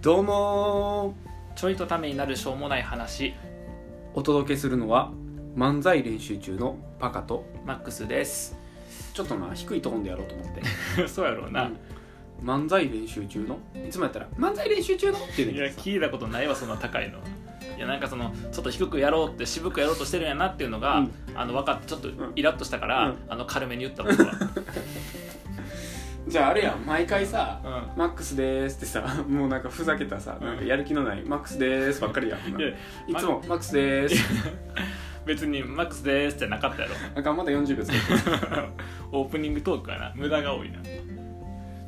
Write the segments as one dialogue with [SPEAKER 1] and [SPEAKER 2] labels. [SPEAKER 1] どうも
[SPEAKER 2] ちょいとためになるしょうもない話
[SPEAKER 1] ーお届けするのは漫才練習中のパカと
[SPEAKER 2] マックスです
[SPEAKER 1] ちょっとな低いトーンでやろうと思って
[SPEAKER 2] そうやろうな、
[SPEAKER 1] うん漫才練習中のいつもやったら「漫才練習中の」って言うねん
[SPEAKER 2] いや
[SPEAKER 1] けどさ
[SPEAKER 2] 聞いたことないわそんな高いのいやなんかそのちょっと低くやろうって渋くやろうとしてるんやなっていうのが、
[SPEAKER 1] うん
[SPEAKER 2] あの分かってちょっとイラッとしたか
[SPEAKER 1] う
[SPEAKER 2] ら、
[SPEAKER 1] ん
[SPEAKER 2] あの軽めに言った僕は、
[SPEAKER 1] じゃああれやん毎回さ
[SPEAKER 2] う
[SPEAKER 1] 「マックスでーす」ってさもうなんかふざけたさなんかやる気のない「マックスでーす」ばっかりやんほん
[SPEAKER 2] ん、
[SPEAKER 1] なら
[SPEAKER 2] で
[SPEAKER 1] いつも「マックスでーす
[SPEAKER 2] 別に「マックスです」ってなかったやろ」
[SPEAKER 1] あかんまだ40秒つけて
[SPEAKER 2] オープニングトークかな無駄が多いな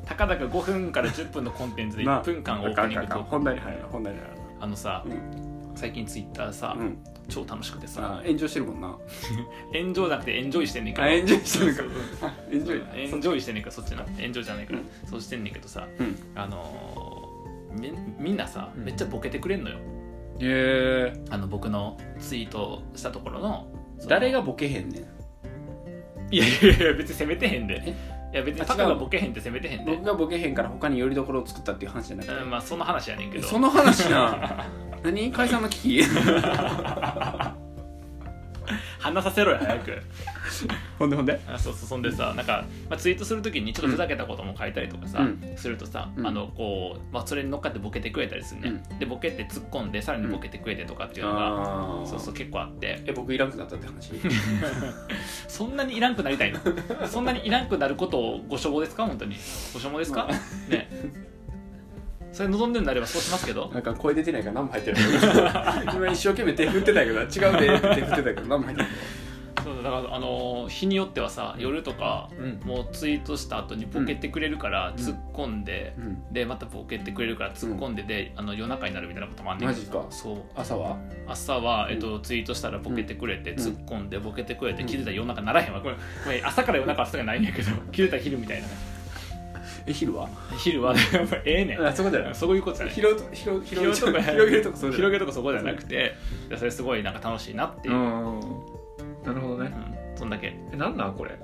[SPEAKER 2] たかだか5分から10分のコンテンツで
[SPEAKER 1] な
[SPEAKER 2] 1分間オ
[SPEAKER 1] あ
[SPEAKER 2] ー
[SPEAKER 1] か
[SPEAKER 2] プ
[SPEAKER 1] ん
[SPEAKER 2] ニン
[SPEAKER 1] か
[SPEAKER 2] グ
[SPEAKER 1] ん
[SPEAKER 2] ト
[SPEAKER 1] かん
[SPEAKER 2] ーク
[SPEAKER 1] 本題に入る本題に入る
[SPEAKER 2] あのさ、
[SPEAKER 1] うん
[SPEAKER 2] 最近ツイッターさ、
[SPEAKER 1] うん
[SPEAKER 2] 超楽しくてさ
[SPEAKER 1] あ炎上してるもんな
[SPEAKER 2] 炎上じゃなくてエンジョイしてんねんけど
[SPEAKER 1] あ炎上してんのか
[SPEAKER 2] そうそうそう
[SPEAKER 1] あ炎上
[SPEAKER 2] エンジョイしてんねんけどそっちな炎上じゃないから、
[SPEAKER 1] うん
[SPEAKER 2] そうしてんねんけどさ
[SPEAKER 1] うん
[SPEAKER 2] あのーみみんなさ
[SPEAKER 1] うん
[SPEAKER 2] めっちゃボケてくれんのよ、
[SPEAKER 1] へえ
[SPEAKER 2] あの僕のツイートしたところのその
[SPEAKER 1] 誰がボケへんねん
[SPEAKER 2] いやいやいや別に責めてへんでいや別に
[SPEAKER 1] あ
[SPEAKER 2] タカ
[SPEAKER 1] 違う
[SPEAKER 2] が
[SPEAKER 1] の
[SPEAKER 2] ボケへんって責めてへんで
[SPEAKER 1] 僕がボケへんから他によりどころを作ったっていう話じゃなくて、
[SPEAKER 2] うんまあその話やねんけど
[SPEAKER 1] その話な何解散の危機
[SPEAKER 2] 話させろよ早く
[SPEAKER 1] ほんでほんで
[SPEAKER 2] あそうそうそんでさなんか、まあ、ツイートするときにちょっとふざけたことも書いたりとかさ、
[SPEAKER 1] うん
[SPEAKER 2] するとさ、
[SPEAKER 1] うん
[SPEAKER 2] あのこう、まあ、それに乗っかってボケてくれたりするね、でボケて突っ込んでさらにボケてくれてとかっていうのが、
[SPEAKER 1] ああ
[SPEAKER 2] そうそう結構あって
[SPEAKER 1] え僕いらんくなったって話
[SPEAKER 2] そんなにいらんくなりた いのそんなにいらんくなることをご所望ですか本当にご所望ですか、
[SPEAKER 1] ま
[SPEAKER 2] ねそれ望んでるんであればそうしますけど
[SPEAKER 1] なんか声出てないから何も入ってない今一生懸命手振ってたけど違うでって手振ってたけど何も入ってない
[SPEAKER 2] そうだからあの日によってはさ夜とか、
[SPEAKER 1] うん
[SPEAKER 2] もうツイートした後にボケてくれるから
[SPEAKER 1] ん
[SPEAKER 2] 突っ込んで、
[SPEAKER 1] うん
[SPEAKER 2] でまたボケてくれるから突っ込んでで、あの夜中になるみたいなこともあんねん
[SPEAKER 1] マ
[SPEAKER 2] け
[SPEAKER 1] ジ
[SPEAKER 2] ど
[SPEAKER 1] か
[SPEAKER 2] そう
[SPEAKER 1] 朝は
[SPEAKER 2] 朝は、えっと、ツイートしたらボケてくれて、
[SPEAKER 1] ん
[SPEAKER 2] 突っ込んでボケてくれて
[SPEAKER 1] うん
[SPEAKER 2] 気づいたら夜中ならへんわこれこれ朝から夜中はさがないんや けど気づいたら昼みたいな
[SPEAKER 1] え昼は
[SPEAKER 2] 昼はやっぱええね
[SPEAKER 1] あそこじゃない
[SPEAKER 2] んそういうことじゃない
[SPEAKER 1] 広と広
[SPEAKER 2] 広
[SPEAKER 1] 広
[SPEAKER 2] げ
[SPEAKER 1] 広げると
[SPEAKER 2] とこ
[SPEAKER 1] こそうじゃ
[SPEAKER 2] 広
[SPEAKER 1] ない
[SPEAKER 2] げるとこそこじゃなくていやそれすごいなんか楽しいなっていう、
[SPEAKER 1] う
[SPEAKER 2] うん
[SPEAKER 1] んなるほどね
[SPEAKER 2] そんだけ
[SPEAKER 1] えなんなんこれ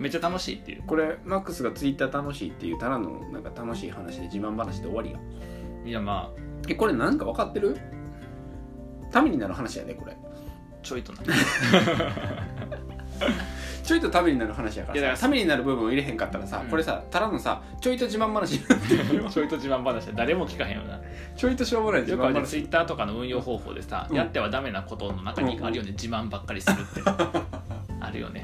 [SPEAKER 2] めっちゃ楽しいっていう
[SPEAKER 1] これマックスがツイッター楽しいっていうただのなんか楽しい話で自慢話で終わりや
[SPEAKER 2] いやまあ
[SPEAKER 1] えこれなんか分かってるためになる話やねこれ
[SPEAKER 2] ちょいと な
[SPEAKER 1] ちょいとためになる話やから
[SPEAKER 2] い
[SPEAKER 1] さ
[SPEAKER 2] やだか
[SPEAKER 1] た
[SPEAKER 2] ら
[SPEAKER 1] めになる部分を入れへんかったらさ、
[SPEAKER 2] うん
[SPEAKER 1] これさただのさちょいと自慢話
[SPEAKER 2] ちょいと自慢話で誰も聞かへんよな
[SPEAKER 1] ちょいとしょうもない自
[SPEAKER 2] よくあ
[SPEAKER 1] 慢
[SPEAKER 2] るツ
[SPEAKER 1] 話
[SPEAKER 2] イッターとかの運用方法でさ、
[SPEAKER 1] うん
[SPEAKER 2] やってはダメなことの中にあるよね、自慢ばっかりする ってあるよね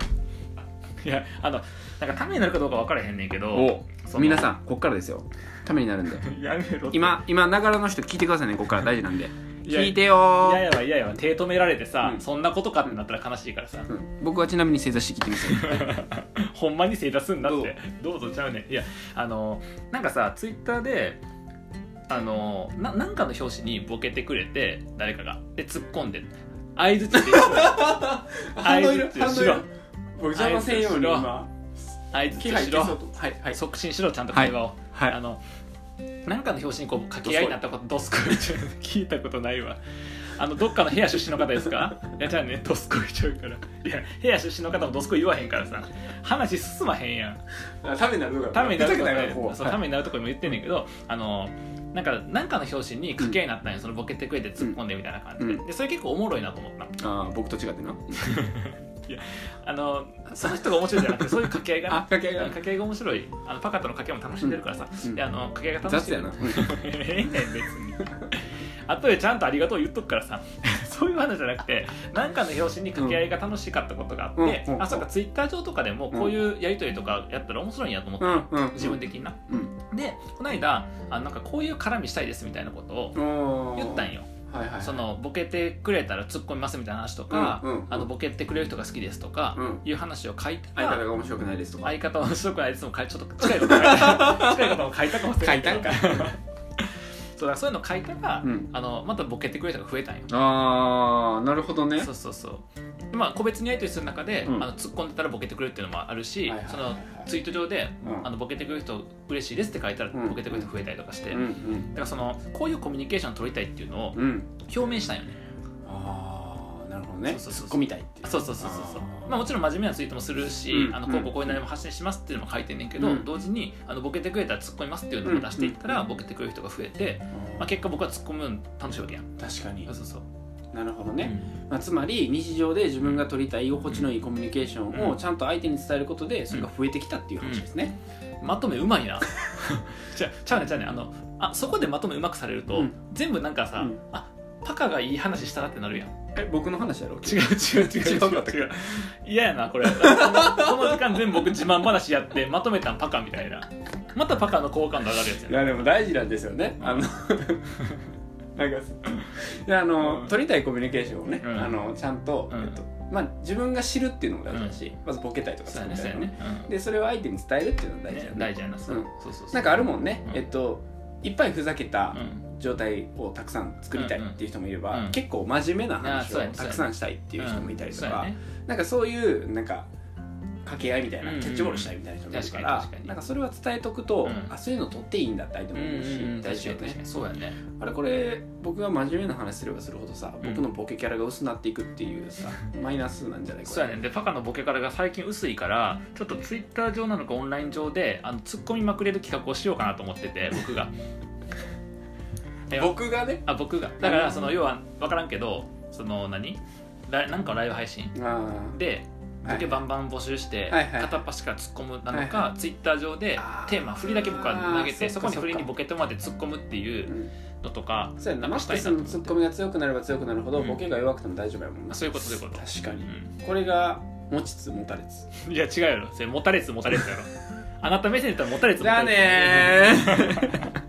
[SPEAKER 2] いやあのなんかためになるかどうか分からへんねんけど
[SPEAKER 1] を
[SPEAKER 2] その
[SPEAKER 1] 皆さんこっからですよためになるんで
[SPEAKER 2] やめろ
[SPEAKER 1] 今今ながらの人聞いてくださいねこっから大事なんで
[SPEAKER 2] いや
[SPEAKER 1] 聞いてよ
[SPEAKER 2] いや
[SPEAKER 1] ー
[SPEAKER 2] やばいややば手止められてさ、
[SPEAKER 1] うん
[SPEAKER 2] そんなことかってなったら悲しいからさ、
[SPEAKER 1] うん僕はちなみに正座して聞いてみ せる
[SPEAKER 2] ほんまに正座すんなってどうぞちゃうねんいやあのなんかさツイッターであのななんかの表紙にボケてくれて誰かがで突っ込んで相づちで
[SPEAKER 1] 反応いる反
[SPEAKER 2] 相槌を
[SPEAKER 1] 応
[SPEAKER 2] し
[SPEAKER 1] い
[SPEAKER 2] ろ
[SPEAKER 1] る僕邪魔せんように今
[SPEAKER 2] 相
[SPEAKER 1] 気
[SPEAKER 2] づ
[SPEAKER 1] 配
[SPEAKER 2] ちし
[SPEAKER 1] 消そう
[SPEAKER 2] ろ
[SPEAKER 1] とはいはい
[SPEAKER 2] 促進しろちゃんと会話を、
[SPEAKER 1] はい
[SPEAKER 2] あのなんかの表紙にこう掛け合いになったことドスコイちゃう聞いたことないわあのどっかの部屋出身の方で すかいやじゃあねドスコイちゃうからいや部屋出身の方もドスコイ言わへんからさ話進まへんやん
[SPEAKER 1] あためになるのが
[SPEAKER 2] ためになるとこ
[SPEAKER 1] からここは
[SPEAKER 2] そうためになるとこにも言ってんねんけど、あのなんかなんかの表紙に掛け合いになったんよ、そのボケてくれて突っ込んでみたいな感じで,、
[SPEAKER 1] うん
[SPEAKER 2] でそれ結構おもろいなと思った
[SPEAKER 1] ああ僕と違ってな
[SPEAKER 2] あのその人が面白いじゃなくてそういう掛け合いが
[SPEAKER 1] あ
[SPEAKER 2] な
[SPEAKER 1] 掛け合いが
[SPEAKER 2] 掛け合いが面白いあのパカとの掛け合いも楽しんでるからさ、
[SPEAKER 1] うん
[SPEAKER 2] であの掛け合いが楽しん
[SPEAKER 1] 雑
[SPEAKER 2] で
[SPEAKER 1] や
[SPEAKER 2] る
[SPEAKER 1] な
[SPEAKER 2] ええねん別にあとでちゃんとありがとう言っとくからさ そういう話じゃなくて何かの表紙に掛け合いが楽しかったことがあって、
[SPEAKER 1] うんうん
[SPEAKER 2] あそうかツイッター上とかでもこういうやり取りとかやったら面白いんやと思って、
[SPEAKER 1] うんうん
[SPEAKER 2] 自分的にな
[SPEAKER 1] うん
[SPEAKER 2] でこの間あなんかこういう絡みしたいですみたいなことを
[SPEAKER 1] おー
[SPEAKER 2] 言ったんよ
[SPEAKER 1] はいはい
[SPEAKER 2] そのボケてくれたら突っ込みますみたいな話とか、
[SPEAKER 1] うんうん
[SPEAKER 2] あのボケてくれる人が好きですとか、
[SPEAKER 1] うん
[SPEAKER 2] いう話を書いた
[SPEAKER 1] 相
[SPEAKER 2] ら
[SPEAKER 1] 方が面白くないですとか
[SPEAKER 2] 相方は面白くないですも書いちょっと近いこと書い た近いことも書いたかもしれないけど
[SPEAKER 1] 書いたん
[SPEAKER 2] そうだそういうの書いたら、
[SPEAKER 1] うん
[SPEAKER 2] あのまたボケてくれる人が増えたんよ
[SPEAKER 1] あーなるほどね
[SPEAKER 2] そうそうそうでまあ個別にやり取りする中で、
[SPEAKER 1] うん
[SPEAKER 2] あの突っ込んでたらボケてくれるっていうのもあるし、
[SPEAKER 1] はいはいはい
[SPEAKER 2] そ
[SPEAKER 1] は
[SPEAKER 2] の
[SPEAKER 1] い
[SPEAKER 2] ツイート上で、
[SPEAKER 1] うん
[SPEAKER 2] あのボケてくれる人嬉しいですって書いたら、
[SPEAKER 1] うん
[SPEAKER 2] ボケてくれる人増えたりとかして、
[SPEAKER 1] うんうん
[SPEAKER 2] だからそのこういうコミュニケーションを取りたいっていうのを
[SPEAKER 1] うん
[SPEAKER 2] 表明したんよね
[SPEAKER 1] あーなるほどね
[SPEAKER 2] そうそうそう
[SPEAKER 1] 突っ込みたいっていう
[SPEAKER 2] そうそうそうそうそう
[SPEAKER 1] あー
[SPEAKER 2] まあもちろん真面目なツイートもするし、
[SPEAKER 1] うん
[SPEAKER 2] あのこうこうこういう内容も発信しますっていうのも書いてんねんけど、
[SPEAKER 1] うん
[SPEAKER 2] 同時にあのボケてくれたら突っ込みますっていうのも出していったら、ボケてくれる人が増えて、まあ、結果僕は突っ込むの楽しいわけやん
[SPEAKER 1] 確かに
[SPEAKER 2] そうそうそう
[SPEAKER 1] なるほどね、まあ、つまり日常で自分が取りたい居心地のいいコミュニケーション
[SPEAKER 2] う
[SPEAKER 1] を
[SPEAKER 2] ん
[SPEAKER 1] ちゃんと相手に伝えることでそれが増えてきたっていう話ですね、
[SPEAKER 2] うんまとめうまいな じゃちゃうねんちゃうねんあのあそこでまとめうまくされると、
[SPEAKER 1] うん
[SPEAKER 2] 全部なんかさ、
[SPEAKER 1] うん
[SPEAKER 2] あパカがいい話したなってなるやん
[SPEAKER 1] え僕の話やろ
[SPEAKER 2] 違う違う違う違
[SPEAKER 1] 違うかった
[SPEAKER 2] う違う嫌やな これこのこの時間全部僕自慢話やってまとめたんパカみたいなまたパカの好感度上がるやつや
[SPEAKER 1] い
[SPEAKER 2] な
[SPEAKER 1] やでも大事なんですよね、
[SPEAKER 2] うん
[SPEAKER 1] あの なんかいやあの、
[SPEAKER 2] うん
[SPEAKER 1] 取りたいコミュニケーションをね、
[SPEAKER 2] うん
[SPEAKER 1] あのちゃんと、
[SPEAKER 2] うん
[SPEAKER 1] えっとまあ、自分が知るっていうのも大事だし、まずボケたりとかす
[SPEAKER 2] そう
[SPEAKER 1] る
[SPEAKER 2] や
[SPEAKER 1] み
[SPEAKER 2] ね
[SPEAKER 1] たいな、
[SPEAKER 2] そうやね、うん
[SPEAKER 1] でそれを相手に伝えるっていうのが大事だ
[SPEAKER 2] ね
[SPEAKER 1] よね
[SPEAKER 2] 大事やなそう
[SPEAKER 1] うん
[SPEAKER 2] そうそうそう
[SPEAKER 1] なんかあるもんね、
[SPEAKER 2] うん
[SPEAKER 1] えっといっぱいふざけた
[SPEAKER 2] うん
[SPEAKER 1] 状態をたくさん作りたいっていう人もいれば、
[SPEAKER 2] うん
[SPEAKER 1] 結構真面目な話を
[SPEAKER 2] あそうやね
[SPEAKER 1] たくさんしたいっていう人もいたりとか、
[SPEAKER 2] うんそうやね
[SPEAKER 1] なんかそういうなんか掛け合いみたいな
[SPEAKER 2] うんうん
[SPEAKER 1] キャッチボールしたいみたいな人もいるから、
[SPEAKER 2] 確かに確かに
[SPEAKER 1] なんかそれは伝えとくと、
[SPEAKER 2] うん
[SPEAKER 1] あそういうの取っていいんだって相手
[SPEAKER 2] うん
[SPEAKER 1] も思うし、
[SPEAKER 2] うんうん
[SPEAKER 1] 大
[SPEAKER 2] 確
[SPEAKER 1] 事
[SPEAKER 2] か
[SPEAKER 1] だよ
[SPEAKER 2] に確か
[SPEAKER 1] ね
[SPEAKER 2] にそうやね
[SPEAKER 1] あれこれ僕が真面目な話すればするほどさ、
[SPEAKER 2] うん
[SPEAKER 1] 僕のボケキャラが薄なっていくっていう さマイナスなんじゃないこれ
[SPEAKER 2] そうやねんでパカのボケからが最近薄いからちょっとツイッター上なのかオンライン上であの突っ込みまくれる企画をしようかなと思って て僕がいや
[SPEAKER 1] 僕がね
[SPEAKER 2] あ僕がだからその要は分からんけどその何ライなんかライブ配信
[SPEAKER 1] あ
[SPEAKER 2] で
[SPEAKER 1] ー
[SPEAKER 2] ボ
[SPEAKER 1] は
[SPEAKER 2] ケ
[SPEAKER 1] い
[SPEAKER 2] バンバン募集して、
[SPEAKER 1] はいはい
[SPEAKER 2] 片っ端から突っ込むなのか、
[SPEAKER 1] はい
[SPEAKER 2] ツイッター上で
[SPEAKER 1] あー
[SPEAKER 2] テーマ振りだけ僕は投げ
[SPEAKER 1] あ
[SPEAKER 2] て
[SPEAKER 1] ーそ
[SPEAKER 2] そ
[SPEAKER 1] っ
[SPEAKER 2] こ
[SPEAKER 1] か
[SPEAKER 2] に振りにボケてもらって突っ込むっていううんのとか、
[SPEAKER 1] そうやね
[SPEAKER 2] なんか
[SPEAKER 1] マ
[SPEAKER 2] し
[SPEAKER 1] ス
[SPEAKER 2] た
[SPEAKER 1] ク
[SPEAKER 2] い
[SPEAKER 1] スの
[SPEAKER 2] なと思って
[SPEAKER 1] ツッコミが強くなれば強くなるほど、
[SPEAKER 2] うん
[SPEAKER 1] ボケが弱くても大丈夫やもんな
[SPEAKER 2] そういうことそういうこと、
[SPEAKER 1] 確かに、
[SPEAKER 2] う
[SPEAKER 1] これが持ちつ持たれつ
[SPEAKER 2] ん、いや違うやろそれ持たれつ持たれつやろあなた目線だったら持たれつ持
[SPEAKER 1] じゃ
[SPEAKER 2] た
[SPEAKER 1] あ
[SPEAKER 2] れつ
[SPEAKER 1] ねー